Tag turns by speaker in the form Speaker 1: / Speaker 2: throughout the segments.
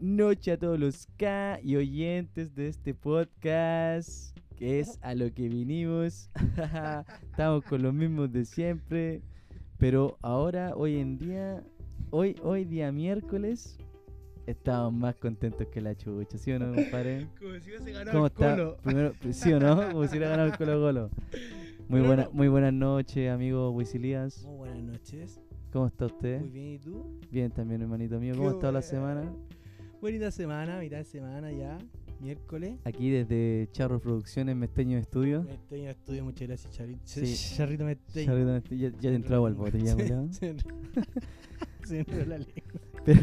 Speaker 1: noche a todos los K y oyentes de este podcast, que es a lo que vinimos. Estamos con los mismos de siempre, pero ahora, hoy en día, hoy, hoy día miércoles, estamos más contentos que la chucha, ¿sí o no, compadre?
Speaker 2: Como si hubiese ganado
Speaker 1: ¿Cómo
Speaker 2: el
Speaker 1: está?
Speaker 2: Colo.
Speaker 1: Primero, ¿Sí o no? Como si hubiera ganado el Colo Colo. Muy,
Speaker 2: No,
Speaker 1: buena,
Speaker 2: no.
Speaker 1: muy buenas noches, amigo Wisilías.
Speaker 3: Muy buenas noches.
Speaker 1: ¿Cómo está usted?
Speaker 3: Muy bien, ¿y tú?
Speaker 1: Bien también, hermanito mío. ¿Cómo ha
Speaker 3: Qué
Speaker 1: estado la
Speaker 3: bueno.
Speaker 1: semana?
Speaker 3: Bonita semana, mitad de semana ya. Miércoles.
Speaker 1: Aquí desde Charro Producciones, Mesteño Estudio.
Speaker 3: Me estoy en el estudio, muchas gracias, Charito.
Speaker 1: Sí.
Speaker 3: Charrito me estoy.
Speaker 1: Ya, ya te entraba al bote, ya, culiao.
Speaker 3: Se enro- se enroló la lengua.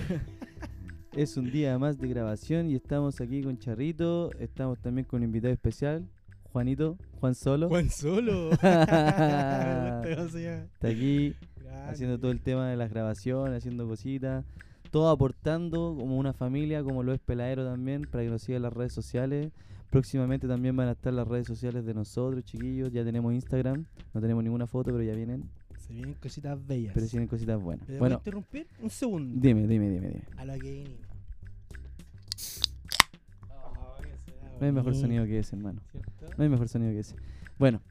Speaker 1: Es un día más de grabación y estamos aquí con Charrito. Estamos también con un invitado especial, Juanito, Juan Solo.
Speaker 3: Juan Solo. Me gusta Este, cómo se llama.
Speaker 1: Está aquí
Speaker 3: Grande.
Speaker 1: haciendo todo el tema de las grabaciones, haciendo cositas, todo aportando como una familia, como lo es Peladero también, para que nos sigan las redes sociales. Próximamente también van a estar las redes sociales de nosotros, chiquillos. Ya tenemos Instagram, no tenemos ninguna foto, pero ya vienen.
Speaker 3: Se vienen cositas bellas.
Speaker 1: Pero tienen cositas buenas.
Speaker 3: ¿Me
Speaker 1: Bueno,
Speaker 3: puedo interrumpir? Un segundo.
Speaker 1: dime, dime, dime, dime.
Speaker 3: A lo que vinimos.
Speaker 1: No hay
Speaker 3: Mm.
Speaker 1: mejor sonido que ese, hermano. No hay mejor sonido que ese. Bueno,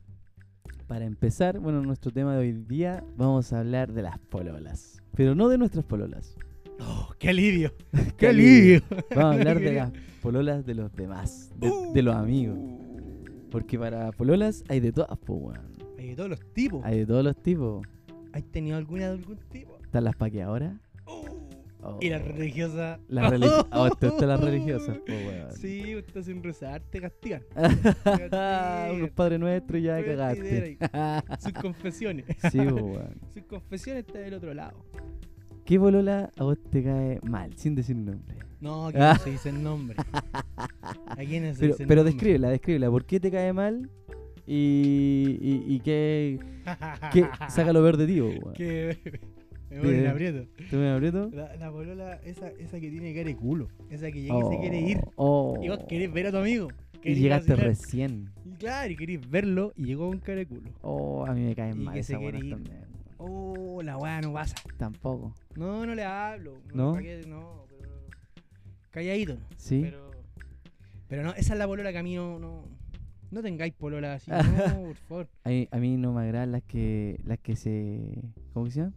Speaker 1: para empezar, bueno, nuestro tema de hoy día vamos a hablar de las pololas. Pero no de nuestras pololas.
Speaker 3: Oh, ¡Qué alivio!
Speaker 1: Qué
Speaker 3: ¡Qué alivio!
Speaker 1: Vamos a hablar de las pololas de los demás, de,
Speaker 3: Uh.
Speaker 1: de los amigos. Porque para pololas hay de todas, po, weón.
Speaker 3: Hay de todos los tipos.
Speaker 1: Hay de todos los tipos.
Speaker 3: ¿Has tenido alguna de algún tipo?
Speaker 1: Están las paqueadoras. Oh,
Speaker 3: Uh. Y la religiosa.
Speaker 1: la religi- a vos te gustan las religiosas, po, weón.
Speaker 3: Sí, usted sin rezar, te castigan.
Speaker 1: Unos padres nuestros y ya
Speaker 3: Voy a
Speaker 1: cagaste.
Speaker 3: Sus confesiones.
Speaker 1: sí, po, weón.
Speaker 3: Sus confesiones está del otro lado.
Speaker 1: ¿Qué polola a vos te cae mal, sin decir nombre?
Speaker 3: No, aquí no se dice el nombre. Aquí no se
Speaker 1: Pero,
Speaker 3: dice el
Speaker 1: pero
Speaker 3: nombre.
Speaker 1: descríbela, descríbela. ¿Por qué te cae mal? Y, y, y qué, qué saca lo verde, tío. weón.
Speaker 3: que me voy en
Speaker 1: Bien.
Speaker 3: aprieto.
Speaker 1: ¿Tú me aprieto?
Speaker 3: La, la polola, esa, esa que tiene cara de culo. Esa que llega y se quiere ir.
Speaker 1: Oh,
Speaker 3: Y vos
Speaker 1: oh.
Speaker 3: querés ver a tu amigo.
Speaker 1: Y
Speaker 3: querés
Speaker 1: llegaste
Speaker 3: vacilar.
Speaker 1: recién.
Speaker 3: Y Claro, y querés verlo y llegó con cara de culo.
Speaker 1: Oh, a mí me caen
Speaker 3: Y
Speaker 1: mal
Speaker 3: que se
Speaker 1: esas
Speaker 3: quiere
Speaker 1: buenas
Speaker 3: ir.
Speaker 1: también. weón.
Speaker 3: Oh, la weá no pasa.
Speaker 1: Tampoco.
Speaker 3: No, no le hablo.
Speaker 1: ¿No?
Speaker 3: ¿pa' qué? no, pero. Calladito, ¿no?
Speaker 1: ¿Sí?
Speaker 3: Pero. Pero no, esa es la polola que a mí no. No, no tengáis polola así. No, por favor.
Speaker 1: A, mí, a mí no me agradan las que, las que se... ¿Cómo que se llama?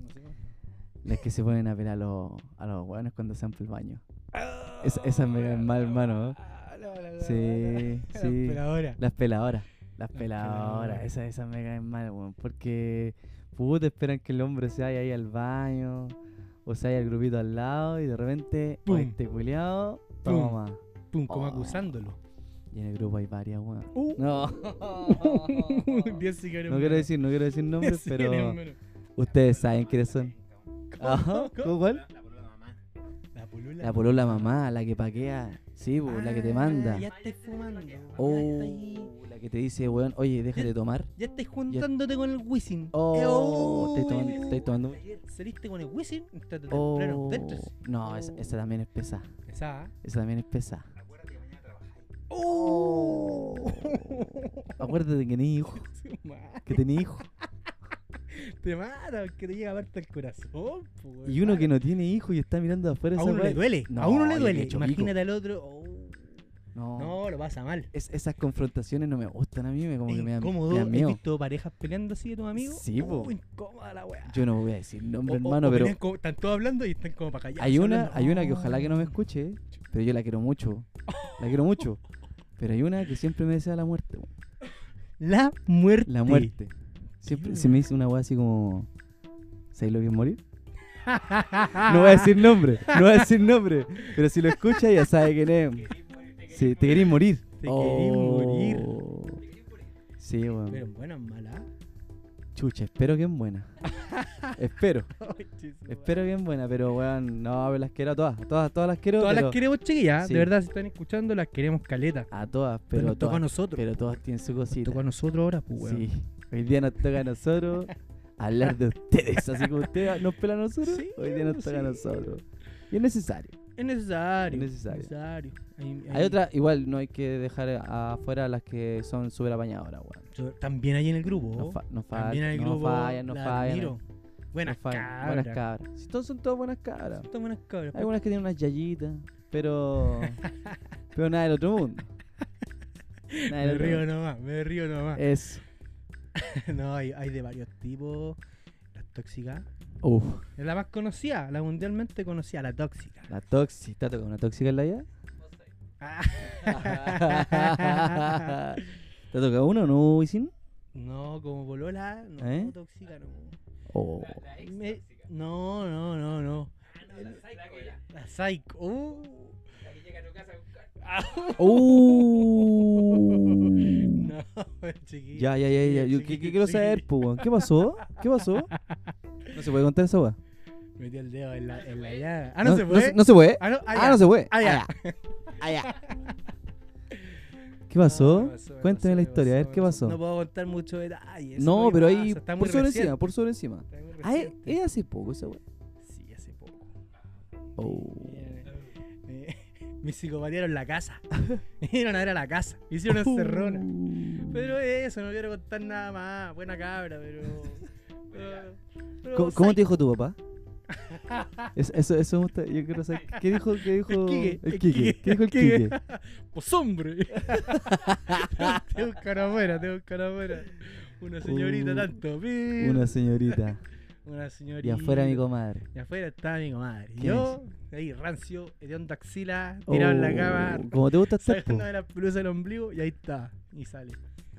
Speaker 3: No sé.
Speaker 1: Las que se ponen a ver a los, a los hueones cuando están por el baño. Esa- esa me cae mal, hermano, ¿eh?
Speaker 3: Ah, la- la- la-
Speaker 1: Sí,
Speaker 3: la-
Speaker 1: sí.
Speaker 3: Pero ahora.
Speaker 1: Las peladoras. Las
Speaker 3: peladoras.
Speaker 1: peladoras. Esas, esas me caen mal, weón. Porque, puta, esperan que el hombre se vaya ahí al baño. O se vaya al grupito al lado. Y de repente, "Oye,
Speaker 3: Pum.
Speaker 1: este culiao,
Speaker 3: Pum.
Speaker 1: toma.
Speaker 3: Pum, como
Speaker 1: Oh.
Speaker 3: acusándolo.
Speaker 1: Y en el grupo hay varias, weón.
Speaker 3: Uh.
Speaker 1: No.
Speaker 3: Bien, sí que eres
Speaker 1: No
Speaker 3: bueno.
Speaker 1: quiero decir, no quiero decir nombres,
Speaker 3: Sí que eres
Speaker 1: pero
Speaker 3: bueno.
Speaker 1: ustedes saben quiénes son. Ajá, ¿cómo cuál?
Speaker 3: La polola.
Speaker 1: La polola mamá, la que paquea. Sí, po, la que te
Speaker 3: Ah,
Speaker 1: manda.
Speaker 3: Ya estáis fumando. Ya estáis-
Speaker 1: Oh, la que te dice, weón, oye, déjate tomar.
Speaker 3: Ya estáis juntándote con el Wisin. Eh,
Speaker 1: Oh, estáis tomando-
Speaker 3: oh.
Speaker 1: estáis tomando.
Speaker 3: Saliste con el Wisin, entraste temprano,
Speaker 1: Oh,
Speaker 3: dentro.
Speaker 1: no, esa, esa también es pesada.
Speaker 3: Pesada.
Speaker 1: Esa también es pesada.
Speaker 3: ¡Oh!
Speaker 1: Acuérdate que tenés hijo.
Speaker 3: Su madre,
Speaker 1: Que tenés hijo.
Speaker 3: te mata, que te llega a parte el corazón. po,
Speaker 1: Y uno que
Speaker 3: hermano.
Speaker 1: no tiene hijo y está mirando afuera
Speaker 3: A
Speaker 1: esa
Speaker 3: uno
Speaker 1: weá.
Speaker 3: le duele,
Speaker 1: No,
Speaker 3: a uno le
Speaker 1: yo
Speaker 3: duele.
Speaker 1: le echo
Speaker 3: Imagínate al otro. oh,
Speaker 1: No.
Speaker 3: no, lo pasa mal.
Speaker 1: Es- esas confrontaciones no me gustan a mí, me como que me dan, me
Speaker 3: incómodo.
Speaker 1: dan
Speaker 3: ¿Has
Speaker 1: miedo.
Speaker 3: visto parejas peleando así de tus amigos?
Speaker 1: Sí, po.
Speaker 3: Oh, incómoda la weá.
Speaker 1: Yo no voy a decir nombre,
Speaker 3: O- o-
Speaker 1: hermano,
Speaker 3: o
Speaker 1: pero
Speaker 3: pelean como- están todos hablando y están como para callar.
Speaker 1: hay una, hay una que ojalá que no me escuche, eh, pero yo la quiero mucho. La quiero mucho. Pero hay una que siempre me desea la muerte, weón.
Speaker 3: La muerte.
Speaker 1: La muerte. Siempre se me dice una weá así como. ¿Sabes lo que es morir? No voy a decir nombre, no voy a decir nombre. Pero si lo escucha ya sabe quién es. Sí, te querís morir. Oh.
Speaker 3: Te querís morir.
Speaker 1: Sí, weón.
Speaker 3: Pero buena, mala.
Speaker 1: Chucha, espero que es buena. espero, espero que es buena, pero weón, no, pero las quiero a todas, todas, todas las quiero.
Speaker 3: Todas
Speaker 1: pero-
Speaker 3: las queremos, chiquillas. ¿ah?
Speaker 1: Sí.
Speaker 3: De verdad, si están escuchando, las queremos caleta.
Speaker 1: A todas,
Speaker 3: Pero
Speaker 1: pero
Speaker 3: nos toca a
Speaker 1: todas,
Speaker 3: nosotros.
Speaker 1: pero todas tienen su
Speaker 3: nos
Speaker 1: cosita.
Speaker 3: toca a nosotros ahora, pues, weón.
Speaker 1: Sí, hoy día nos toca a nosotros hablar de ustedes, así como ustedes nos pelan a nosotros,
Speaker 3: Sí,
Speaker 1: hoy día nos toca a
Speaker 3: sí.
Speaker 1: nosotros. Y es necesario.
Speaker 3: Es necesario.
Speaker 1: Es necesario.
Speaker 3: necesario. Hay,
Speaker 1: Hay otra, igual no hay que dejar afuera las que son súper apañadoras, weón.
Speaker 3: yo- También hay en el grupo.
Speaker 1: No, fa- no faltan,
Speaker 3: también hay en el
Speaker 1: no
Speaker 3: grupo.
Speaker 1: fallan, no
Speaker 3: la
Speaker 1: fallan.
Speaker 3: admiro. Buenas
Speaker 1: Los fans,
Speaker 3: cabras.
Speaker 1: buenas cabras. Si todos son todas buenas cabras.
Speaker 3: Son buenas cabras.
Speaker 1: Hay algunas que tienen unas yayitas, pero. pero nada del otro mundo. Nada del
Speaker 3: Me
Speaker 1: otro
Speaker 3: río
Speaker 1: mundo.
Speaker 3: nomás, me río nomás.
Speaker 1: Es. Eh.
Speaker 3: No, hay, hay de varios tipos. Las tóxicas.
Speaker 1: Uf,
Speaker 3: Es la más conocida, la mundialmente conocida, la tóxica.
Speaker 1: la tóxica. ¿Está tocando una tóxica en la vida?
Speaker 3: Ah.
Speaker 1: ¿Te ha tocado uno o no, Wisin?
Speaker 3: no, como polola, no,
Speaker 1: ¿Eh?
Speaker 3: tóxica, no.
Speaker 1: Oh.
Speaker 3: Me- no, no, no, Ah, no. La psycho. Uh.
Speaker 1: Uh.
Speaker 3: No, chiquillo.
Speaker 1: Ya, ya, ya, ya. Yo, ¿qué, qué quiero saber, po, weón? ¿Qué pasó? ¿Qué pasó? No se puede contar esa weá.
Speaker 3: Metió el dedo en la, en la llave. Ah, no, se puede.
Speaker 1: No, se puede.
Speaker 3: Ah, no, ah,
Speaker 1: Ah,
Speaker 3: ya.
Speaker 1: no se puede.
Speaker 3: Ah, ya.
Speaker 1: ¿Qué pasó?
Speaker 3: Ah, No, me pasó, me
Speaker 1: Cuéntame
Speaker 3: pasó,
Speaker 1: la
Speaker 3: me
Speaker 1: historia, a ver
Speaker 3: me
Speaker 1: qué pasó.
Speaker 3: No puedo contar mucho detalle. eso
Speaker 1: No,
Speaker 3: es lo que
Speaker 1: pero ahí,
Speaker 3: pasa, está
Speaker 1: por
Speaker 3: muy
Speaker 1: sobre
Speaker 3: reciente,
Speaker 1: encima, por sobre encima.
Speaker 3: está muy
Speaker 1: Ah, eh. es,
Speaker 3: reciente.
Speaker 1: es hace poco esa weá.
Speaker 3: Sí, hace poco.
Speaker 1: Oh.
Speaker 3: Eh, eh, Me psicopatieron la casa. Me Vinieron a ver a la casa. Me
Speaker 1: Uh.
Speaker 3: hicieron encerrona. Pero eso, no quiero contar nada más. Buena cabra, pero. pero- pero
Speaker 1: ¿Cómo, cómo te dijo tu papá? Es- eso, eso me gusta. Yo quiero saber. ¿Qué dijo? ¿Qué dijo?
Speaker 3: El Quique, el
Speaker 1: Quique.
Speaker 3: Quique,
Speaker 1: ¿Qué dijo el
Speaker 3: el Quique.
Speaker 1: Quique?
Speaker 3: ¡Pues hombre! te buscan afuera, te buscan afuera. Una señorita
Speaker 1: Uh,
Speaker 3: tanto. pi.
Speaker 1: Una señorita.
Speaker 3: Una señorita.
Speaker 1: Y afuera mi comadre.
Speaker 3: Y afuera estaba mi comadre.
Speaker 1: ¿Quién
Speaker 3: Yo, ahí rancio, hediondo axila, tirado en la
Speaker 1: Oh,
Speaker 3: cama,
Speaker 1: Como te gusta estar, po.
Speaker 3: sacando de la pelusa del ombligo y ahí está. Y sale.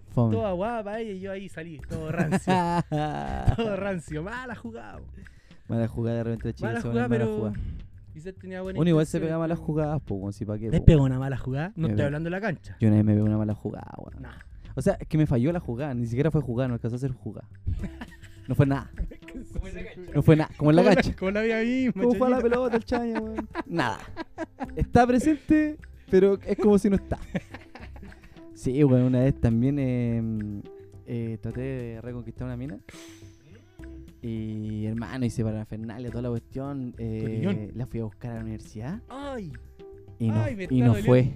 Speaker 1: Fome.
Speaker 3: Toda guapa ella y yo ahí salí, todo rancio. todo rancio. Mala jugada. po.
Speaker 1: Mala jugada de repente,
Speaker 3: Mala
Speaker 1: chicas. se
Speaker 3: jugada,
Speaker 1: ponen Mala
Speaker 3: pero.
Speaker 1: jugada.
Speaker 3: Quizás tenía buena
Speaker 1: Uno igual se pega
Speaker 3: pegaba
Speaker 1: malas jugadas, po. Como si pa' qué.
Speaker 3: ¿Te
Speaker 1: po.
Speaker 3: pegó una mala jugada? No
Speaker 1: Me
Speaker 3: estoy
Speaker 1: pegó.
Speaker 3: hablando de la cancha.
Speaker 1: Yo una vez me pegué una mala jugada, weón.
Speaker 3: Nah.
Speaker 1: O sea, es que me falló la jugada, ni siquiera fue jugada, no alcanzó a hacer jugada. No fue nada,
Speaker 3: ¿Cómo es la cancha?
Speaker 1: no fue nada, como en la gacha.
Speaker 3: Como la vida misma.
Speaker 1: ¿Cómo fue a la
Speaker 3: Chayito.
Speaker 1: pelota el chaña, weón? Nada. Está presente, pero es como si no está. Sí, weón, una vez también eh, eh, traté de reconquistar una mina. Y hermano, hice para la Fernalia toda la cuestión. Eh,
Speaker 3: Cotillón.
Speaker 1: la fui a buscar a la universidad
Speaker 3: Ay.
Speaker 1: y no,
Speaker 3: Ay, me
Speaker 1: y
Speaker 3: está
Speaker 1: no
Speaker 3: doliendo.
Speaker 1: fue.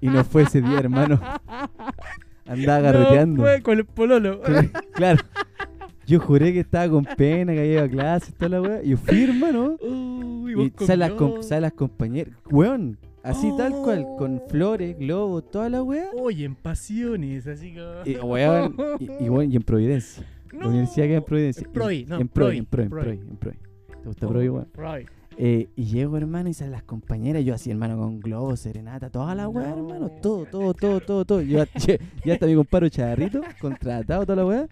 Speaker 1: Y no fue ese día, hermano. Andaba garroteando.
Speaker 3: No fue con el pololo.
Speaker 1: Cl- claro. Yo juré que estaba con pena, que había ido a clase, toda la weá. Yo fui, hermano.
Speaker 3: Uy, vos
Speaker 1: Y salen las, com-
Speaker 3: con-
Speaker 1: salen las compañeras. Weón, así tal cual, con
Speaker 3: Oh.
Speaker 1: flores, globos, toda la weá.
Speaker 3: Oye, en pasiones, así como.
Speaker 1: Y, weón, y, y weón, y en Providencia. La
Speaker 3: No.
Speaker 1: universidad queda en Providencia.
Speaker 3: En Provi, no,
Speaker 1: en Provi,
Speaker 3: Provi,
Speaker 1: en Provi, en
Speaker 3: Provi.
Speaker 1: Provi, en Provi. ¿Te gusta
Speaker 3: Oh,
Speaker 1: Provi, weón?
Speaker 3: Provi.
Speaker 1: Eh, y llego, hermano, y salen las compañeras. Yo así, hermano, con globos, serenata, toda la weá,
Speaker 3: No.
Speaker 1: hermano. Todo, todo, todo, todo, todo. Yo, ya- ya está mi compadre Chagarrito, contratado, toda la weá.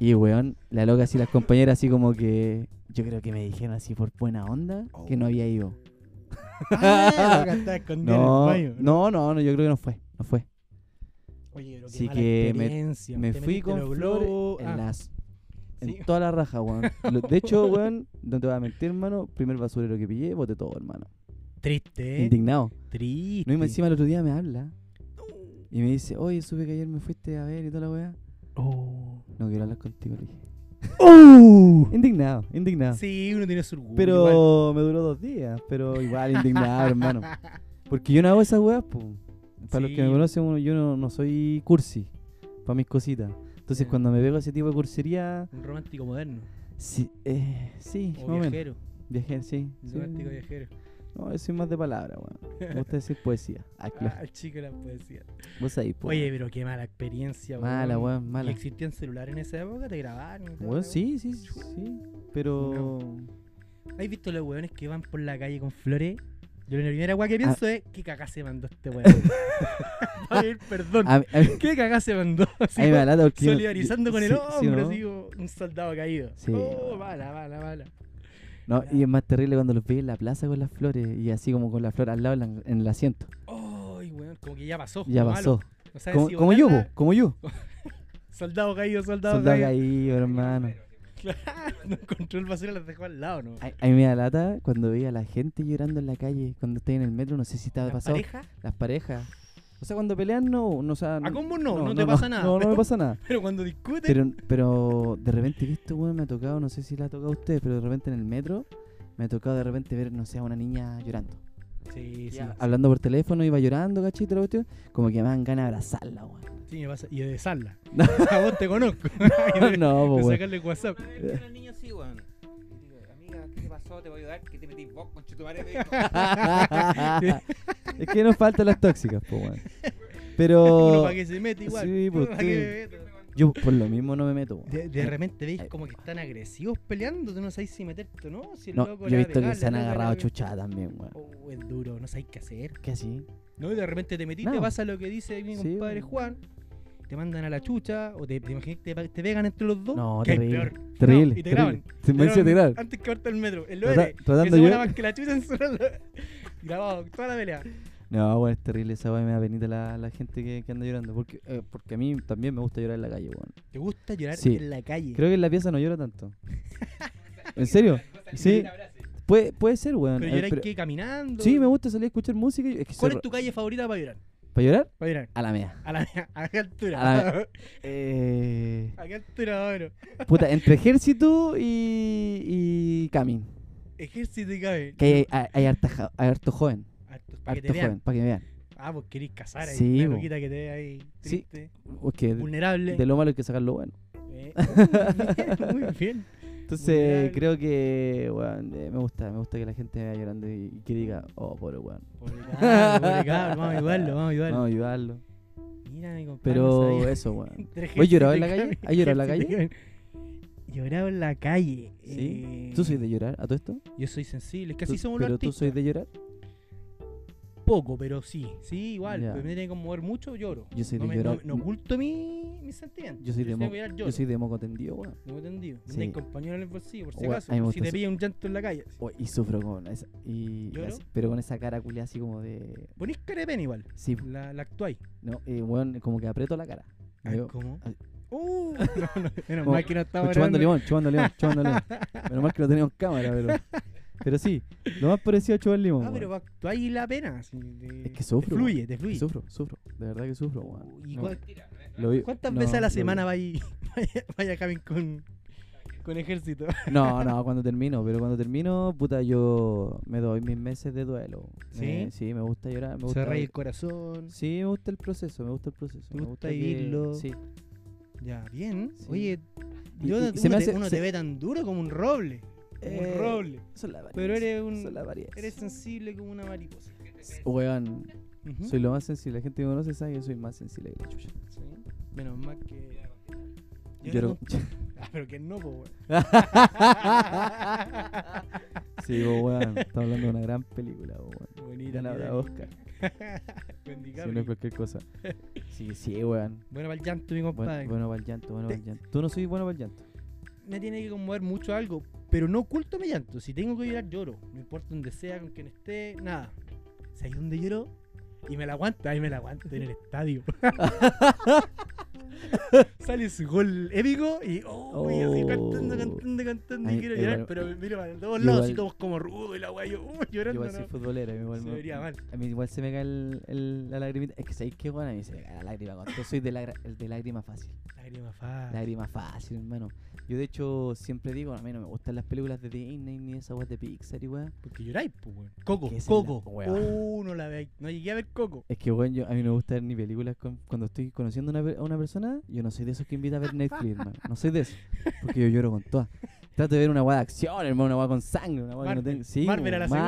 Speaker 1: Y, weón, la loca, así, las compañeras, así como que. Yo creo que me dijeron así por buena onda que no había ido.
Speaker 3: Ah, la que está escondida
Speaker 1: No,
Speaker 3: en el Oh. baño.
Speaker 1: no, no, no, yo creo que no fue, no fue.
Speaker 3: Oye, pero qué
Speaker 1: Sí
Speaker 3: mala
Speaker 1: que me-
Speaker 3: experiencia,
Speaker 1: Me
Speaker 3: te
Speaker 1: fui
Speaker 3: metiste
Speaker 1: con
Speaker 3: los
Speaker 1: flores
Speaker 3: globos.
Speaker 1: en
Speaker 3: Ah,
Speaker 1: las- en
Speaker 3: sí.
Speaker 1: toda la raja, weón. Lo- De hecho, weón, no te voy a mentir, hermano, primer basurero que pillé, boté todo, hermano.
Speaker 3: Triste, ¿eh?
Speaker 1: Indignado.
Speaker 3: Triste.
Speaker 1: No, y más encima el otro día me habla. Y me dice, oye, supe que ayer me fuiste a ver y toda la weá.
Speaker 3: Oh.
Speaker 1: No quiero hablar contigo, le dije.
Speaker 3: ¡Oh!
Speaker 1: Indignado, indignado.
Speaker 3: Sí, uno tiene su orgullo.
Speaker 1: pero
Speaker 3: igual.
Speaker 1: me duró dos días, pero igual indignado, hermano. Porque yo no hago esas weas, po. Para los que me
Speaker 3: Sí.
Speaker 1: conocen, uno- yo no, no soy cursi. Para mis cositas. Entonces,
Speaker 3: Ya.
Speaker 1: cuando me pego ese tipo de cursería,
Speaker 3: Un romántico moderno.
Speaker 1: sí, eh, sí,
Speaker 3: O
Speaker 1: más o menos.
Speaker 3: viajero.
Speaker 1: Viajero, sí.
Speaker 3: Un
Speaker 1: sí.
Speaker 3: romántico viajero.
Speaker 1: No, yo soy más de palabra, weón. Me gusta decir poesía. Ah, claro.
Speaker 3: Ah, el chico de la poesía.
Speaker 1: Vos ahí, po.
Speaker 3: Oye, pero qué mala experiencia,
Speaker 1: mala, weón,
Speaker 3: ¿Y
Speaker 1: mala.
Speaker 3: existían celulares en esa época? ¿Te grabaron? y toda
Speaker 1: Weón,
Speaker 3: la
Speaker 1: sí, sí, sí, sí. Pero.
Speaker 3: weá? ¿Has visto los weones que van por la calle con flores? Yo la primera weá que
Speaker 1: Ah.
Speaker 3: pienso es, ¿qué cagá se mandó este weón? Va a pedir perdón.
Speaker 1: A, mí- a mí-
Speaker 3: ¿Qué cagá se mandó? Así
Speaker 1: a mí me da lata porque. yo-
Speaker 3: solidarizando
Speaker 1: yo-
Speaker 3: con el
Speaker 1: sí, sí,
Speaker 3: hombre,
Speaker 1: ¿no?
Speaker 3: así como un soldado caído.
Speaker 1: Sí,
Speaker 3: Oh,
Speaker 1: no.
Speaker 3: mala, mala, mala.
Speaker 1: No, y es más terrible cuando los veis en la plaza con las flores y así como con la flor al lado en, la- en el asiento.
Speaker 3: Ay, weón, como que ya pasó.
Speaker 1: Ya
Speaker 3: lo malo.
Speaker 1: pasó.
Speaker 3: No saben
Speaker 1: Como,
Speaker 3: si
Speaker 1: como yo, po,
Speaker 3: botarla.
Speaker 1: como yo.
Speaker 3: Soldado caído, soldado,
Speaker 1: Soldado
Speaker 3: caído.
Speaker 1: caído, hermano.
Speaker 3: No encontró el vacío y las dejó al lado, ¿no?
Speaker 1: A, a mí me da lata cuando veía a la gente llorando en la calle, cuando estoy en el metro, no sé si te ha
Speaker 3: ¿La
Speaker 1: pasado.
Speaker 3: pareja?
Speaker 1: Las parejas. O sea, cuando pelean no, no o sea,
Speaker 3: A combo no, no te pasa nada.
Speaker 1: No, no me pasa nada.
Speaker 3: Pero cuando discuten...
Speaker 1: Pero, pero de repente, que esto, weón, me ha tocado, no sé si la ha tocado a usted, pero de repente en el metro, me ha tocado de repente ver, no sé, a una niña llorando.
Speaker 3: Sí, sí.
Speaker 1: Hablando por teléfono, iba llorando, cachito, la cuestión. Como que me dan ganas de abrazarla, weón.
Speaker 3: Sí, me pasa. Y de besarla. A vos te conozco. Y de-
Speaker 1: no, pues, po,
Speaker 3: de
Speaker 1: weón.
Speaker 3: sacarle WhatsApp.
Speaker 2: Una vez que los niños sí, weón. Y digo, Amiga, ¿qué te pasó? ¿Te voy a ayudar? ¿Qué te metís vos con chutumare? Me dijo,
Speaker 1: es que nos faltan las tóxicas, po, weón.
Speaker 3: Uno
Speaker 1: Pero
Speaker 3: para que se mete igual.
Speaker 1: Oh. Sí,
Speaker 3: Uno
Speaker 1: pues,
Speaker 3: pa'
Speaker 1: sí.
Speaker 3: que se meta.
Speaker 1: yo por lo mismo no me meto, weón.
Speaker 3: De, de repente veis como que están agresivos peleando, tú no sabes si meterte o no, si el
Speaker 1: No,
Speaker 3: loco
Speaker 1: yo he
Speaker 3: le va a
Speaker 1: visto que
Speaker 3: pegar,
Speaker 1: se han
Speaker 3: la loca le va
Speaker 1: agarrado
Speaker 3: a pegar.
Speaker 1: chuchada también, weón.
Speaker 3: Oh, es duro, no sabéis qué hacer.
Speaker 1: ¿Qué así?
Speaker 3: No, y de repente te metiste,
Speaker 1: No.
Speaker 3: pasa lo que dice mi
Speaker 1: Sí, pues.
Speaker 3: compadre
Speaker 1: bueno.
Speaker 3: Juan, te mandan a la chucha, o te, te imaginas que te, te pegan entre los dos.
Speaker 1: No,
Speaker 3: que es
Speaker 1: terrible.
Speaker 3: peor.
Speaker 1: Terrible.
Speaker 3: No, y te
Speaker 1: terrible.
Speaker 3: graban.
Speaker 1: Se me hizo
Speaker 3: Pero
Speaker 1: tirar.
Speaker 3: Antes que verte el metro, el
Speaker 1: Trata-
Speaker 3: OR. Que
Speaker 1: tratando
Speaker 3: se
Speaker 1: yo-
Speaker 3: van más que la chucha en su Grabado, toda la pelea.
Speaker 1: No, weón, es terrible esa weón. Me da penita la, la gente que, que anda llorando. Porque, eh, porque a mí también me gusta llorar en la calle, weón.
Speaker 3: ¿Te gusta llorar
Speaker 1: Sí.
Speaker 3: en la calle?
Speaker 1: Creo que en la pieza no lloro tanto. ¿En serio? Sí. Puede, puede ser, weón.
Speaker 3: pero
Speaker 1: eh,
Speaker 3: llorar
Speaker 1: pero-
Speaker 3: que caminando.
Speaker 1: Sí, me gusta salir a escuchar música. y- Es que
Speaker 3: ¿Cuál
Speaker 1: se-
Speaker 3: es tu calle favorita para llorar?
Speaker 1: ¿Para llorar?
Speaker 3: Para llorar.
Speaker 1: A la mea.
Speaker 3: A la, a qué altura.
Speaker 1: A la- Eh,
Speaker 3: ¿A qué altura, bueno?
Speaker 1: puta, entre ejército y, y Camin.
Speaker 3: Ejército y cabe.
Speaker 1: Que hay, hay, hay harta jo- hay harto joven.
Speaker 3: Harto, para que
Speaker 1: Harto
Speaker 3: te vean.
Speaker 1: joven, para que me vean.
Speaker 3: Ah, pues querés casar ahí.
Speaker 1: Sí,
Speaker 3: una
Speaker 1: bo.
Speaker 3: loquita que te ve ahí
Speaker 1: Sí.
Speaker 3: triste,
Speaker 1: Porque de,
Speaker 3: vulnerable.
Speaker 1: de lo malo hay que sacar lo bueno.
Speaker 3: Eh, muy bien.
Speaker 1: Entonces
Speaker 3: Vulnerable.
Speaker 1: creo que weón, eh, me gusta, me gusta que la gente me vea llorando y, y que diga, oh, pobre weón.
Speaker 3: Pobre cabro, pobre cabro, vamos a ayudarlo, vamos a ayudarlo.
Speaker 1: Vamos a ayudarlo.
Speaker 3: Mira, mi compadre. Ah, no
Speaker 1: Pero
Speaker 3: sabía.
Speaker 1: eso, weón.
Speaker 3: Entre
Speaker 1: ¿Vos llorabas en la
Speaker 3: ejército y
Speaker 1: calle? ¿Has llorado en la
Speaker 3: ejército y cabe. Lloraba en la calle.
Speaker 1: ¿Sí?
Speaker 3: eh,
Speaker 1: ¿Tú sois de llorar a todo esto?
Speaker 3: Yo soy sensible, es que
Speaker 1: ¿Tú-
Speaker 3: así somos los
Speaker 1: ¿Pero tú
Speaker 3: artistas.
Speaker 1: sois de llorar?
Speaker 3: Poco, pero sí. Sí, igual.
Speaker 1: Ya.
Speaker 3: pero Me tiene que conmover mucho, lloro.
Speaker 1: Yo soy
Speaker 3: no,
Speaker 1: de
Speaker 3: me, no,
Speaker 1: llorar.
Speaker 3: me- no oculto mi, mis sentimientos.
Speaker 1: Yo soy de,
Speaker 3: tengo
Speaker 1: mo-
Speaker 3: que llorar,
Speaker 1: yo
Speaker 3: lloro.
Speaker 1: soy de moco tendido, weón.
Speaker 3: No me entendido.
Speaker 1: Sí.
Speaker 3: Sí. compañero en el bolsillo, por si
Speaker 1: Weón,
Speaker 3: acaso.
Speaker 1: a mí me
Speaker 3: por
Speaker 1: gusta
Speaker 3: Si te
Speaker 1: eso.
Speaker 3: pilla un llanto en la calle.
Speaker 1: Oh, y sufro con esa. Y, y
Speaker 3: ¿Lloro?
Speaker 1: así- pero con esa cara culia así como de.
Speaker 3: Ponís cara de pena igual.
Speaker 1: Sí, po.
Speaker 3: La, la actuáis.
Speaker 1: no, eh, weón, como que aprieto la cara. Me
Speaker 3: Ah,
Speaker 1: veo-
Speaker 3: ¿Cómo?
Speaker 1: ah.
Speaker 3: Uh, no, no, menos
Speaker 1: Como-
Speaker 3: mal que no estaba
Speaker 1: Pues chupando
Speaker 3: grabando.
Speaker 1: limón, chupando limón, chupando limón. Menos mal que no teníamos cámara, pero. Pero sí, lo más parecido a chupar limón.
Speaker 3: Ah, pero
Speaker 1: weón.
Speaker 3: vos actuáis la pena. así, te-
Speaker 1: Es que sufro,
Speaker 3: Te fluye, te fluye.
Speaker 1: Sufro, sufro. De verdad que sufro, weón.
Speaker 3: ¿Y
Speaker 1: No,
Speaker 3: cuál-
Speaker 1: lo vi-
Speaker 3: ¿Cuántas
Speaker 1: no,
Speaker 3: veces a
Speaker 1: lo
Speaker 3: la
Speaker 1: vi.
Speaker 3: semana vais vaya, vaya Jamin con, con ejército?
Speaker 1: No, no, cuando termino, pero cuando termino, puta, yo me doy mis meses de duelo. Me-
Speaker 3: ¿Sí?
Speaker 1: sí, me gusta llorar, me gusta.
Speaker 3: Se reí el corazón.
Speaker 1: Sí, me gusta el proceso, me gusta el proceso.
Speaker 3: ¿Te
Speaker 1: me
Speaker 3: gusta
Speaker 1: que-
Speaker 3: vivirlo?
Speaker 1: Sí.
Speaker 3: Ya, bien.
Speaker 1: Sí.
Speaker 3: Oye,
Speaker 1: Y-
Speaker 3: yo
Speaker 1: y
Speaker 3: no-
Speaker 1: se
Speaker 3: uno,
Speaker 1: me
Speaker 3: te,
Speaker 1: hace-
Speaker 3: uno
Speaker 1: se-
Speaker 3: te ve tan duro como un roble. Como
Speaker 1: Eh,
Speaker 3: un roble.
Speaker 1: Son las
Speaker 3: Pero
Speaker 1: variedades,
Speaker 3: eres un.
Speaker 1: son las variedades.
Speaker 3: Eres sensible como una mariposa.
Speaker 1: Weón,
Speaker 3: Ujú.
Speaker 1: soy lo más sensible. La gente que me conoce sabe que soy más sensible que la chucha.
Speaker 3: Sí. Menos mal que. Yo
Speaker 1: Lloro
Speaker 3: no-
Speaker 1: con ch-
Speaker 3: Ah, pero que no, po, weón.
Speaker 1: Sí, po, weón. Estamos hablando de una gran película, po, weón.
Speaker 3: Bonita.
Speaker 1: Ganadora
Speaker 3: Pilar.
Speaker 1: Oscar. Si no
Speaker 3: Bendicable.
Speaker 1: es cualquier cosa. Sí, sí, weón.
Speaker 3: Bueno, para el llanto, mi
Speaker 1: Buen-
Speaker 3: compadre.
Speaker 1: bueno para el llanto, bueno para el llanto. Tú no soy bueno para el llanto.
Speaker 3: Me tiene que conmover mucho algo. Pero no oculto mi llanto. Si tengo que llorar, lloro. No importa donde sea, con quien esté, nada. ¿Sabes dónde lloro? Y me la aguanta, ahí me la aguanta en el estadio. Sale su gol épico y. ¡Oh! y así
Speaker 1: Oh.
Speaker 3: cantando, cantando, cantando.
Speaker 1: Ay,
Speaker 3: Y quiero
Speaker 1: igual-
Speaker 3: llorar, pero miro para todos lados,
Speaker 1: igual-
Speaker 3: y todos como rudo y la guay, yo, uh,
Speaker 1: Yo
Speaker 3: llorando.
Speaker 1: igual soy
Speaker 3: ¿no?
Speaker 1: futbolero, a mí igual
Speaker 3: Se
Speaker 1: me-
Speaker 3: vería mal.
Speaker 1: A mí igual se me cae el, el- la lagrimita. Es que sabéis qué, weón, a mí se me cae la lágrima. cuando- Yo soy de, lagra- el de lágrima fácil.
Speaker 3: Lágrima fácil.
Speaker 1: Lágrima fácil, hermano. Yo de hecho siempre digo, a mí no me gustan las películas de Disney ni esas weas de Pixar y weón.
Speaker 3: Porque lloráis, pues, weón. Coco,
Speaker 1: que esa es la-
Speaker 3: Coco.
Speaker 1: weón.
Speaker 3: Uh, no la veis. No llegué a ver Coco.
Speaker 1: Es que weón, yo, a mí no me gusta ver ni películas con- cuando estoy conociendo una pe- a una persona. Yo no soy de esos que invita a ver Netflix, hermano. No soy de esos. Porque yo lloro con todas. Trato de ver una wea de acción, hermano, una wea con sangre, una wea que no
Speaker 3: Marvel.
Speaker 1: tenga. Sí,
Speaker 3: Marvel a la segura.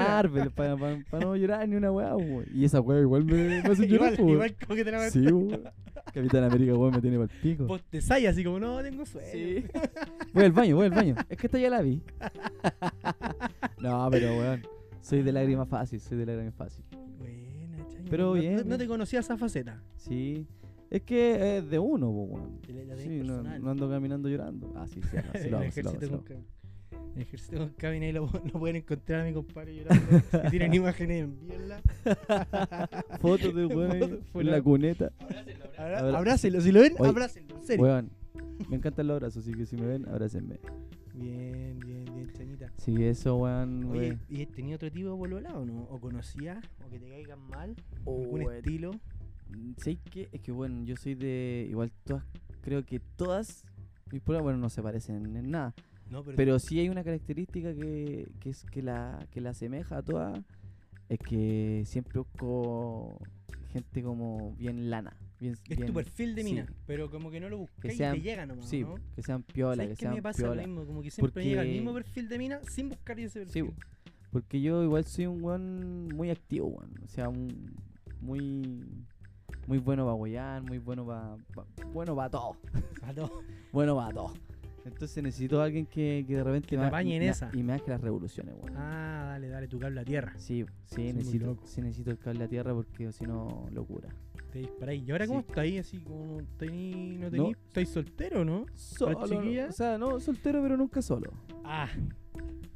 Speaker 1: Marvel, para no llorar ni una wea, weón. Y esa wea igual me, me hace llorar, po,
Speaker 3: Igual,
Speaker 1: pues, weón.
Speaker 3: igual como que te la ves.
Speaker 1: Sí, weón. Capitán América, weón, me tiene para el pico.
Speaker 3: Vos te sales así como, no, tengo sueño.
Speaker 1: Sí. Voy al baño, voy al baño. Es que esta ya la vi. no, pero weón. Soy de lágrima fácil, soy de lágrima fácil.
Speaker 3: Buena, Chayo.
Speaker 1: Pero
Speaker 3: No-
Speaker 1: bien,
Speaker 3: No, no
Speaker 1: bien.
Speaker 3: te conocía esa faceta.
Speaker 1: Sí. Es que es de uno, po, weón.
Speaker 3: Te la- la tenés
Speaker 1: Sí, no,
Speaker 3: personal.
Speaker 1: no ando caminando llorando. Ah, sí, sí, no, sí lo
Speaker 3: el
Speaker 1: hago, sí lo hago,
Speaker 3: ejército
Speaker 1: sí lo
Speaker 3: con
Speaker 1: hago.
Speaker 3: cam- el ejército con cabina y lo, lo pueden encontrar a mi compadre llorando. si tienen imágenes, envíenla.
Speaker 1: Fotos de weón ahí
Speaker 3: Fotos,
Speaker 1: en la
Speaker 3: weón.
Speaker 1: cuneta. Abra-
Speaker 3: Abra- Abrácenlo, si lo ven,
Speaker 1: Oye,
Speaker 3: abrácenlo, en serio.
Speaker 1: Weón, me encantan los abrazos, así que si me ven, abrácenme.
Speaker 3: Bien, bien, bien, chañita.
Speaker 1: Sí, eso, weón.
Speaker 3: Oye,
Speaker 1: weón.
Speaker 3: ¿y tenía otro tipo de bolola o no? ¿O conocía? ¿O que te caigan mal?
Speaker 1: Oh,
Speaker 3: ¿Algún
Speaker 1: weón.
Speaker 3: estilo?
Speaker 1: Mm, ¿Sabes qué? Es que bueno, yo soy de. Igual todas. Creo que todas mis pruebas, bueno, no se parecen en nada.
Speaker 3: No, pero,
Speaker 1: Pero sí hay una característica que, que es que la, que la asemeja a todas. Es que siempre busco gente como bien lana. bien,
Speaker 3: Es
Speaker 1: bien-
Speaker 3: tu perfil de
Speaker 1: sí.
Speaker 3: mina, pero como que no lo buscáis y
Speaker 1: sean-
Speaker 3: te llega nomás,
Speaker 1: Sí,
Speaker 3: ¿no?
Speaker 1: que sean piola, que
Speaker 3: ¿Sabes qué
Speaker 1: sean
Speaker 3: me pasa
Speaker 1: piola.
Speaker 3: lo mismo? Como que siempre me llega el
Speaker 1: Porque-
Speaker 3: mismo perfil de mina sin buscar ese
Speaker 1: Sí,
Speaker 3: perfil.
Speaker 1: bo. porque yo igual soy un weón muy activo, weón. O sea, un- muy muy bueno para huear, muy bueno para bueno para todo,
Speaker 3: A todo.
Speaker 1: bueno para todo. Entonces necesito a alguien que, que de repente
Speaker 3: Que te
Speaker 1: me ha-
Speaker 3: apañe en
Speaker 1: me ha-
Speaker 3: esa.
Speaker 1: y me haga las revoluciones, weón.
Speaker 3: Ah, dale, dale, tu cable a tierra.
Speaker 1: Sí, sí,
Speaker 3: muy
Speaker 1: necesito,
Speaker 3: loco.
Speaker 1: sí necesito el cable a tierra porque si no, locura.
Speaker 3: Te disparáis. ¿Y ahora
Speaker 1: Sí.
Speaker 3: cómo estáis? Así como no tení, no
Speaker 1: No.
Speaker 3: tení, estáis soltero, ¿no?
Speaker 1: Solo,
Speaker 3: chiquilla?
Speaker 1: o sea, no, soltero pero nunca solo.
Speaker 3: Ah,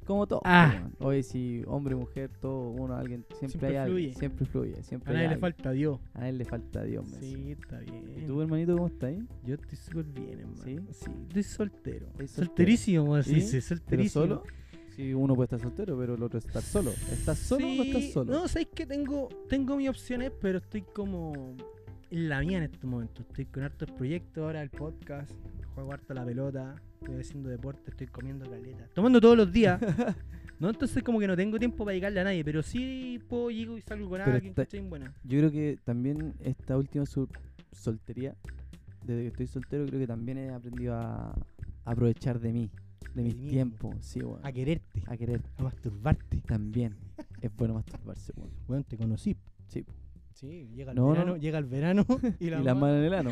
Speaker 1: Como todo. pues,
Speaker 3: Ah.
Speaker 1: weón. Oye, si hombre, mujer, todo, uno, alguien, siempre,
Speaker 3: Siempre
Speaker 1: hay alguien,
Speaker 3: fluye.
Speaker 1: siempre fluye, siempre
Speaker 3: a nadie
Speaker 1: hay
Speaker 3: le
Speaker 1: alguien.
Speaker 3: falta Dios.
Speaker 1: A nadie le falta Dios, me decía.
Speaker 3: Sí, está bien.
Speaker 1: ¿Y tú, hermanito, cómo estás ahí?
Speaker 3: Yo estoy súper bien, hermano.
Speaker 1: ¿Sí?
Speaker 3: estoy soltero.
Speaker 1: Estoy soltero.
Speaker 3: Solterísimo, como
Speaker 1: ¿Sí?
Speaker 3: así, sí,
Speaker 1: ¿Pero
Speaker 3: solterísimo.
Speaker 1: solo? Sí, uno puede estar soltero, pero el otro está solo. ¿Estás solo o no
Speaker 3: Sí,
Speaker 1: estás solo?
Speaker 3: No, sabes que tengo, tengo mis opciones, pero estoy como en la mía en estos momentos. Estoy con hartos proyectos ahora, el podcast, juego harto a la pelota, estoy haciendo deporte, estoy comiendo caleta, tomando todos los días. no, entonces como que no tengo tiempo para llegarle a nadie, pero sí puedo llego y salgo con
Speaker 1: Pero
Speaker 3: alguien,
Speaker 1: está-
Speaker 3: ¿cachai? Buena.
Speaker 1: Yo creo que también esta última su- soltería, desde que estoy soltero, creo que también he aprendido a aprovechar de mí, de mis
Speaker 3: mismo.
Speaker 1: tiempos, sí, weón.
Speaker 3: A quererte,
Speaker 1: A querer
Speaker 3: a masturbarte.
Speaker 1: también. es bueno masturbarse, weón.
Speaker 3: Bueno, te conocí.
Speaker 1: Sí, po.
Speaker 3: Sí, llega el
Speaker 1: No, no,
Speaker 3: verano,
Speaker 1: no.
Speaker 3: llega el verano y
Speaker 1: Y
Speaker 3: la,
Speaker 1: las manos en el ano.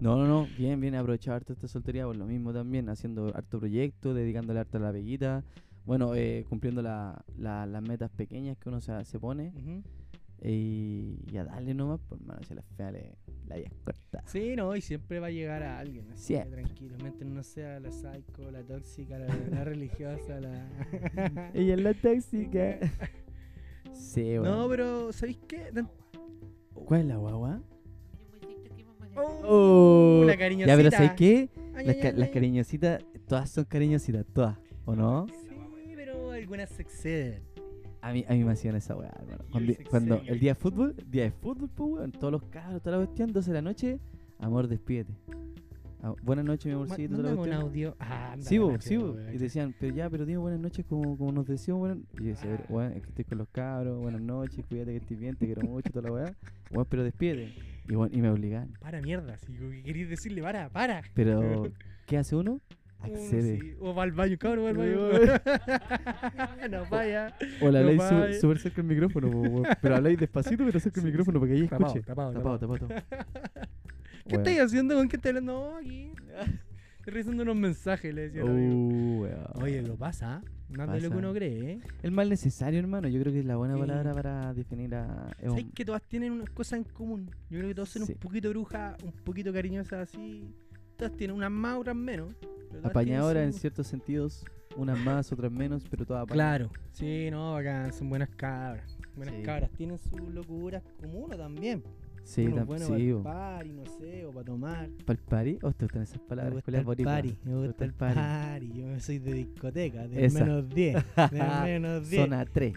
Speaker 1: No, no, no, bien, bien, aprovechar harto esta soltería por lo mismo también, haciendo harto proyecto, dedicándole harto a la peguita, bueno, eh, cumpliendo la- la- las metas pequeñas que uno se, se pone
Speaker 3: Ujú.
Speaker 1: y, y a darle nomás, por mano, si a la fea le, la vida es corta.
Speaker 3: Sí, no, y siempre va a llegar a alguien. Así que
Speaker 1: Siempre.
Speaker 3: tranquilo, mientras no sea la psycho, la tóxica, la, la religiosa, la.
Speaker 1: Ella es la tóxica. sí, bueno. Oh,
Speaker 3: no, pero ¿sabéis qué? Dan-
Speaker 1: ¿Cuál es la guagua?
Speaker 3: Oh,
Speaker 1: Oh,
Speaker 3: una
Speaker 1: ya, pero
Speaker 3: cariñosita.
Speaker 1: ¿sabes qué?
Speaker 3: Ay,
Speaker 1: Las,
Speaker 3: ay,
Speaker 1: ca-
Speaker 3: ay,
Speaker 1: las
Speaker 3: ay.
Speaker 1: cariñositas, todas son cariñositas, todas, ¿o no?
Speaker 3: Sí, pero algunas se exceden.
Speaker 1: A mí, a mí me hacían esa weá, hermano. Cuando,
Speaker 3: se
Speaker 1: cuando
Speaker 3: excede.
Speaker 1: el día de fútbol, día de fútbol, pues weón, todos los cabros, toda la cuestión, 12 de la noche, amor, despídete. Ah, buenas noches, mi
Speaker 3: Ma-
Speaker 1: amorcito, toda la
Speaker 3: Mándame un
Speaker 1: cuestión.
Speaker 3: audio. Ah, anda,
Speaker 1: Sí,
Speaker 3: la
Speaker 1: vos,
Speaker 3: macho,
Speaker 1: sí, vos.
Speaker 3: weón.
Speaker 1: Y decían, pero ya, pero dime buenas noches como, como nos decíamos, buenas Y yo decía,
Speaker 3: Ah.
Speaker 1: weón, es que estoy con los cabros, buenas noches, cuídate que estés bien, te quiero mucho, toda la weá. Weón, pero despídete. Y, weón, y me obligaban.
Speaker 3: Para mierda, si como que queréis decirle, para, para.
Speaker 1: Pero, ¿qué hace uno?
Speaker 3: Uno
Speaker 1: Accede.
Speaker 3: sí, O va al baño, cabrón, va al baño. no vaya.
Speaker 1: O la
Speaker 3: No
Speaker 1: habláis
Speaker 3: vale.
Speaker 1: su- súper cerca el micrófono, po, weón. pero habláis despacito, pero cerca el
Speaker 3: Sí,
Speaker 1: micrófono, para que ella escuche.
Speaker 3: tapado,
Speaker 1: Tapado, tapado, tapado.
Speaker 3: ¿Qué
Speaker 1: Weón.
Speaker 3: estáis haciendo? ¿Con qué estás hablando? No, aquí. Estoy revisando unos mensajes, le decía al amigo.
Speaker 1: Uh, weón.
Speaker 3: Oye, lo pasa. ¿ah? Nada de lo que
Speaker 1: Pasa.
Speaker 3: uno cree, ¿eh?
Speaker 1: El mal necesario, hermano, yo creo que es la buena
Speaker 3: Sí.
Speaker 1: palabra para definir a... es
Speaker 3: ¿Sabes
Speaker 1: un-
Speaker 3: que todas tienen unas cosas en común? Yo creo que todas son
Speaker 1: Sí.
Speaker 3: un poquito brujas, un poquito cariñosas así. Todas tienen unas más, otras menos. pero todas
Speaker 1: apañadora en
Speaker 3: tienen su-
Speaker 1: ciertos sentidos, unas más, otras menos, pero todas apañan.
Speaker 3: Claro. Sí, no, acá son buenas cabras. Buenas
Speaker 1: Sí.
Speaker 3: cabras. Tienen sus locuras como uno también.
Speaker 1: Sí,
Speaker 3: uno es
Speaker 1: tam-
Speaker 3: bueno
Speaker 1: sí,
Speaker 3: para el party, no sé, o para tomar.
Speaker 1: ¿Pa'l party? ¿O te gustan esas
Speaker 3: Me
Speaker 1: palabras?
Speaker 3: gusta
Speaker 1: ¿Cuál es
Speaker 3: el
Speaker 1: boricua?
Speaker 3: party, me gusta el
Speaker 1: party.
Speaker 3: party. Yo soy de discoteca, de
Speaker 1: Esa.
Speaker 3: menos 10. De menos 10.
Speaker 1: Zona 3.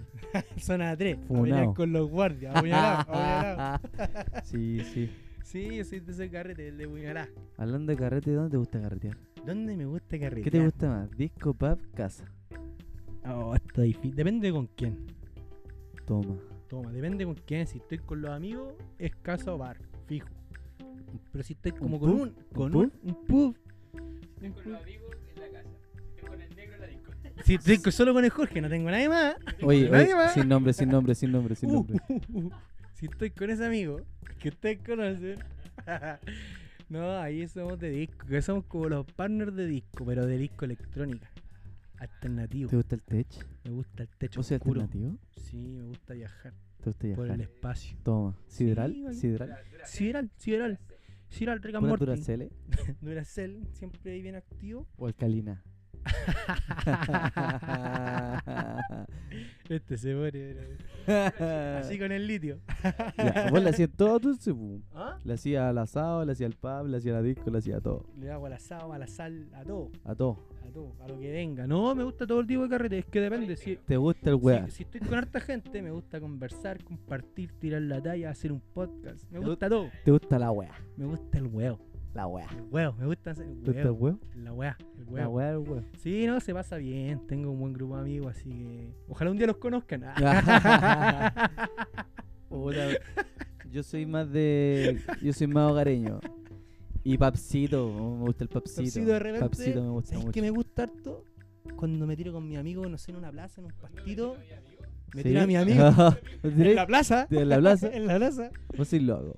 Speaker 3: Zona 3.
Speaker 1: Funao.
Speaker 3: con los guardias. apuñalado, apuñalado.
Speaker 1: sí, sí.
Speaker 3: Sí, yo soy de ese carrete, el de Buñalá.
Speaker 1: Hablando de carrete, ¿dónde te gusta carretear?
Speaker 3: ¿Dónde me gusta carretear?
Speaker 1: ¿Qué te gusta más? ¿Disco, pub, casa?
Speaker 3: Oh, está difícil. Depende con quién.
Speaker 1: Toma.
Speaker 3: Toma, depende con quién. Si estoy con los amigos, es casa o bar, fijo. Pero si estoy como con
Speaker 1: pub?
Speaker 3: un, con
Speaker 1: pub?
Speaker 3: un, un pub.
Speaker 2: Estoy con los amigos en la casa. Estoy con el negro en la discoteca.
Speaker 3: Si estoy con- solo con el Jorge, no tengo nadie más.
Speaker 1: Oye,
Speaker 3: Nadie
Speaker 1: oye,
Speaker 3: más.
Speaker 1: sin nombre, sin nombre, sin nombre, sin
Speaker 3: Uh,
Speaker 1: nombre.
Speaker 3: uh, uh. Si estoy con ese amigo que ustedes conocen. no, ahí somos de disco. Que somos como los partners de disco, pero de disco electrónica. Alternativo.
Speaker 1: ¿Te gusta el tech?
Speaker 3: Me gusta el techo
Speaker 1: ¿O sea,
Speaker 3: oscuro.
Speaker 1: alternativo?
Speaker 3: Sí, me gusta viajar
Speaker 1: ¿Te gusta
Speaker 3: por el
Speaker 1: viajar?
Speaker 3: espacio.
Speaker 1: Toma. ¿Sideral?
Speaker 3: Sí, vale.
Speaker 1: ¿Sideral?
Speaker 3: Sideral, Sideral. Sideral, Rick and
Speaker 1: ¿Pura
Speaker 3: Morty.
Speaker 1: Duracell eh?
Speaker 3: Duracell, siempre ahí bien activo.
Speaker 1: o alcalina?
Speaker 3: este se muere, bro. Así con el litio.
Speaker 1: Ya, vos le hacías todo tú, sí, pu.
Speaker 3: ¿Ah?
Speaker 1: Le hacía al asado, le hacía al pub, le hacía a la disco, le hacía a todo.
Speaker 3: Le hago al asado, a la sal, a todo,
Speaker 1: A todo.
Speaker 3: a todo, a lo que venga. No, me gusta todo el tipo de carrete, es que depende. Si,
Speaker 1: ¿Te gusta el weá?
Speaker 3: si, si estoy con harta gente, me gusta conversar, compartir, tirar la talla, hacer un podcast. Me
Speaker 1: Te
Speaker 3: gusta todo.
Speaker 1: ¿Te gusta la weá?
Speaker 3: Me gusta el huevo.
Speaker 1: La weá.
Speaker 3: El huevo, me gusta hacer el
Speaker 1: ¿Te gusta el
Speaker 3: huevo.
Speaker 1: huevo?
Speaker 3: La hueá, el
Speaker 1: La
Speaker 3: huevo.
Speaker 1: weá, el huevo.
Speaker 3: Sí, no, se pasa bien. Tengo un buen grupo de amigos, así que. Ojalá un día los conozcan.
Speaker 1: Puta, Yo soy más de. Yo soy más hogareño. Y papsito, oh, me gusta el papsito.
Speaker 3: Papsito de repente,
Speaker 1: Papsito me gusta
Speaker 3: ¿Sabes
Speaker 1: mucho.
Speaker 3: que me gusta harto? Cuando me tiro con mi amigo, no sé, en una plaza, en un pastito. Me
Speaker 1: ¿Sí?
Speaker 3: tiro a mi amigo.
Speaker 1: ¿Me
Speaker 3: en
Speaker 1: tiráis?
Speaker 3: la plaza.
Speaker 1: ¿En la plaza?
Speaker 3: en la plaza.
Speaker 1: Vos Pues sí lo hago.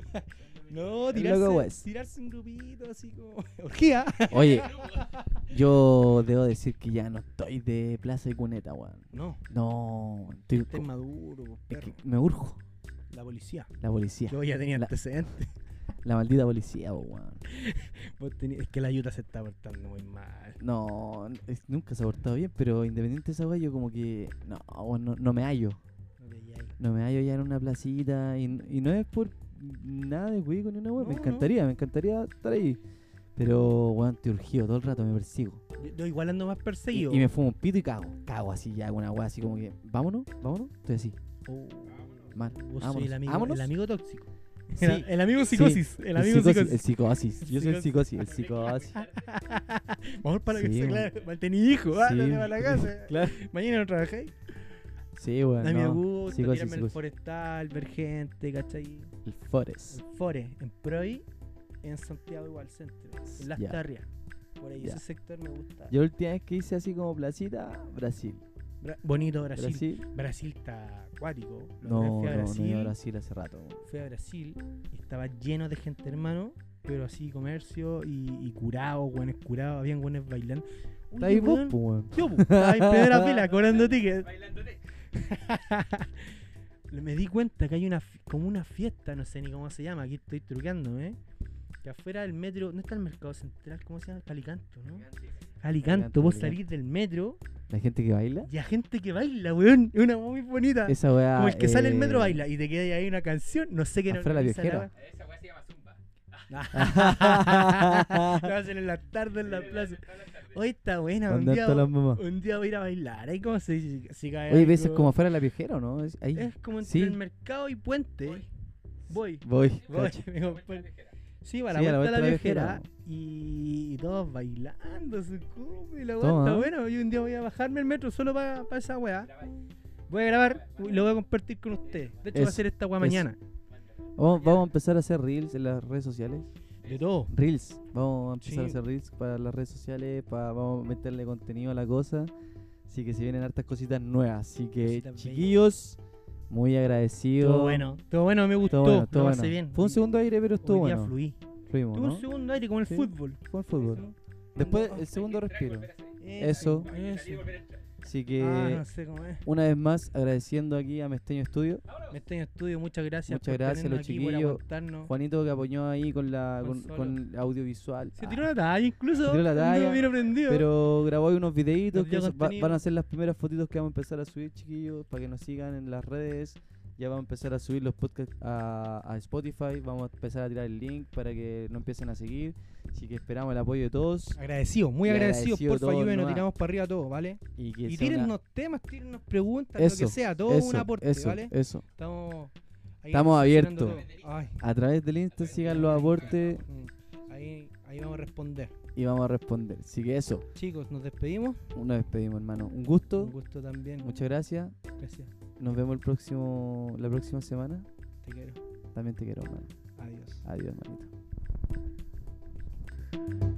Speaker 3: No,
Speaker 1: El
Speaker 3: tirarse,
Speaker 1: loco Wes.
Speaker 3: tirarse un grupito así como. Orgía.
Speaker 1: Oye, yo debo decir que ya no estoy de plaza y cuneta, weón.
Speaker 3: No,
Speaker 1: No, estoy.
Speaker 3: estés
Speaker 1: co-
Speaker 3: maduro, po,
Speaker 1: es que
Speaker 3: perro.
Speaker 1: me urjo.
Speaker 3: La policía.
Speaker 1: La policía.
Speaker 3: Yo ya tenía
Speaker 1: La-
Speaker 3: antecedentes.
Speaker 1: La maldita policía, po, weón.
Speaker 3: Vos tení- Es que la ayuda se está portando muy mal.
Speaker 1: No, n- es- nunca se ha portado bien, pero independiente de esa weá, yo como que. No, weón, no, no me hallo.
Speaker 3: No te halláis.
Speaker 1: No me hallo ya en una placita. Y, n- y no es por nada de cuico ni una weá. me
Speaker 3: No, no.
Speaker 1: encantaría, me encantaría estar ahí. Pero, weón, te urgido todo el rato, me persigo.
Speaker 3: Yo- Yo igual ando más
Speaker 1: Y,
Speaker 3: perseguido.
Speaker 1: y me fumo un pito y cago. Cago así, ya, una weá así como que. Vámonos, vámonos. Estoy así,
Speaker 3: Oh,
Speaker 1: mal.
Speaker 3: vos soy
Speaker 1: vámonos,
Speaker 3: el amigo,
Speaker 1: vámonos.
Speaker 3: el amigo tóxico.
Speaker 1: Sí,
Speaker 3: El, el amigo
Speaker 1: sí.
Speaker 3: psicosis. El amigo psicosis.
Speaker 1: El psicosis. Yo soy el psicosis. El psicosis.
Speaker 3: Mejor para que
Speaker 1: Sí,
Speaker 3: se
Speaker 1: bueno.
Speaker 3: aclare. Mal tení hijo, ah,
Speaker 1: Sí.
Speaker 3: no te va a la casa.
Speaker 1: Claro.
Speaker 3: Mañana no trabajáis.
Speaker 1: Sí, weón.
Speaker 3: A mí me
Speaker 1: no. psicosis,
Speaker 3: gusta tirarme en el
Speaker 1: psicosis.
Speaker 3: forestal, vergente, ¿cachai?
Speaker 1: El Forest.
Speaker 3: En Fore, en Proy, en Santiago igual centro. En Las
Speaker 1: Ya.
Speaker 3: Tarrias. Por ahí
Speaker 1: Ya.
Speaker 3: ese sector me gusta.
Speaker 1: Yo la última vez que hice así como placita, Brasil.
Speaker 3: Bra- bonito Brasil. Brasil.
Speaker 1: Brasil.
Speaker 3: está acuático. La
Speaker 1: No, no, no
Speaker 3: otra vez fui a
Speaker 1: he
Speaker 3: Brasil.
Speaker 1: ido a Brasil hace rato. weón.
Speaker 3: fui a Brasil y estaba lleno de gente, hermano. Pero así, comercio y, y curado, buenos curados, habían buenos bailando.
Speaker 1: Está
Speaker 3: Oye,
Speaker 1: ahí vos,
Speaker 3: weón,
Speaker 1: po, weón.
Speaker 3: Yo, pu, estaba en primera fila cobrando tickets. Me di cuenta que hay una fi- como una fiesta, no sé ni cómo se llama, aquí estoy truqueándome. ¿eh? Que afuera del metro, ¿no está el mercado central? ¿Cómo se llama? Calicanto, ¿no? Calicanto,
Speaker 1: Calicanto,
Speaker 3: vos
Speaker 1: Calicanto.
Speaker 3: salís del metro
Speaker 1: La gente que baila.
Speaker 3: y hay gente que baila, weón. Es una hueá muy bonita.
Speaker 1: Esa weá.
Speaker 3: Ah, como el que sale del metro
Speaker 1: eh,
Speaker 3: baila y te queda ahí una canción, no sé qué
Speaker 1: Afuera la
Speaker 3: organiza
Speaker 1: viejera.
Speaker 3: wea.
Speaker 2: Esa weá se llama Zumba.
Speaker 3: Lo hacen en las tardes en la plaza. Hoy está buena, un
Speaker 1: ¿Dónde
Speaker 3: día,
Speaker 1: están las mamás?
Speaker 3: un día voy a ir a bailar. Ahí como se si cae
Speaker 1: Oye, veces
Speaker 3: algo. Eh,
Speaker 1: como afuera de la viejera, ¿o ¿no? Es- Ahí.
Speaker 3: Es como entre
Speaker 1: Sí.
Speaker 3: el mercado y puente. Voy.
Speaker 1: Voy.
Speaker 3: Voy.
Speaker 1: cacho.
Speaker 3: me voy. Sí, para
Speaker 1: Sí,
Speaker 3: la
Speaker 1: a la
Speaker 3: vuelta de la
Speaker 1: vuelta de la
Speaker 3: viejera.
Speaker 1: viejera.
Speaker 3: Y, y todos bailando, su cubo y la weá
Speaker 1: Toma.
Speaker 3: está buena. Yo un día voy a bajarme el metro solo para esa weá. Voy a grabar y lo voy a compartir con ustedes. De hecho, voy a
Speaker 1: Eso,
Speaker 3: hacer esta weá
Speaker 1: eso.
Speaker 3: mañana.
Speaker 1: Vamos, vamos a empezar a hacer reels en las redes sociales.
Speaker 3: De todo.
Speaker 1: Reels, vamos a empezar a
Speaker 3: Sí.
Speaker 1: hacer reels para las redes sociales, para, vamos a meterle contenido a la cosa. Así que se vienen hartas cositas nuevas. Así que,
Speaker 3: Cositas bellas.
Speaker 1: chiquillos, muy agradecido.
Speaker 3: Todo bueno. Todo bueno, me gustó.
Speaker 1: Estuvo bueno, estuvo
Speaker 3: lo
Speaker 1: bueno.
Speaker 3: pasé bien.
Speaker 1: Fue un segundo aire, pero estuvo
Speaker 3: Hoy día
Speaker 1: bueno.
Speaker 3: fluí.
Speaker 1: Fuimos,
Speaker 3: Tuve
Speaker 1: ¿no?
Speaker 3: un segundo aire como el
Speaker 1: Sí.
Speaker 3: fútbol.
Speaker 1: Fue el fútbol. Después, el segundo respiro. Eso. Eh,
Speaker 3: Eso.
Speaker 1: Así que,
Speaker 3: Ah, no sé cómo es.
Speaker 1: una vez más, agradeciendo aquí a Mesteño Estudio.
Speaker 3: Me estoy en estudio, muchas gracias.
Speaker 1: Muchas
Speaker 3: por
Speaker 1: gracias a los
Speaker 3: tenernos aquí, por
Speaker 1: chiquillos.
Speaker 3: aguantarnos.
Speaker 1: Juanito que apoyó ahí con la con,
Speaker 3: Consuelo.
Speaker 1: con audiovisual.
Speaker 3: Se
Speaker 1: Ah,
Speaker 3: tiró la talla incluso.
Speaker 1: Se tiró la
Speaker 3: Anduvo
Speaker 1: talla,
Speaker 3: bien aprendido.
Speaker 1: Pero grabó ahí unos videitos
Speaker 3: Nos
Speaker 1: que
Speaker 3: dio
Speaker 1: eso- va-
Speaker 3: contenido.
Speaker 1: van a ser las primeras fotitos que vamos a empezar a subir, chiquillos, para que nos sigan en las redes. Ya vamos a empezar a subir los podcasts a, a Spotify. Vamos a empezar a tirar el link para que nos empiecen a seguir. Así que esperamos el apoyo de todos.
Speaker 3: Agradecido, muy
Speaker 1: Y
Speaker 3: agradecido.
Speaker 1: agradecido
Speaker 3: Porfa,
Speaker 1: todo,
Speaker 3: ayúdenos,
Speaker 1: nomás.
Speaker 3: tiramos para arriba todo, ¿vale?
Speaker 1: Y que
Speaker 3: Y
Speaker 1: sea una-
Speaker 3: tírennos temas, tírennos preguntas, lo
Speaker 1: Eso,
Speaker 3: que sea, todo
Speaker 1: eso,
Speaker 3: un aporte,
Speaker 1: eso,
Speaker 3: ¿vale?
Speaker 1: eso.
Speaker 3: Estamos, ahí
Speaker 1: Estamos
Speaker 3: funcionando
Speaker 1: abiertos.
Speaker 3: todo. Ay,
Speaker 1: A través del Insta sigan los aportes
Speaker 3: mm, ahí, ahí vamos a responder.
Speaker 1: y vamos a responder. Así que eso.
Speaker 3: Chicos, nos despedimos.
Speaker 1: Nos despedimos, hermano. Un gusto.
Speaker 3: Un gusto también.
Speaker 1: Muchas gracias.
Speaker 3: gracias.
Speaker 1: Nos vemos el próximo, la próxima semana.
Speaker 3: Te quiero.
Speaker 1: También te quiero, hermano.
Speaker 3: Adiós.
Speaker 1: Adiós, hermanito.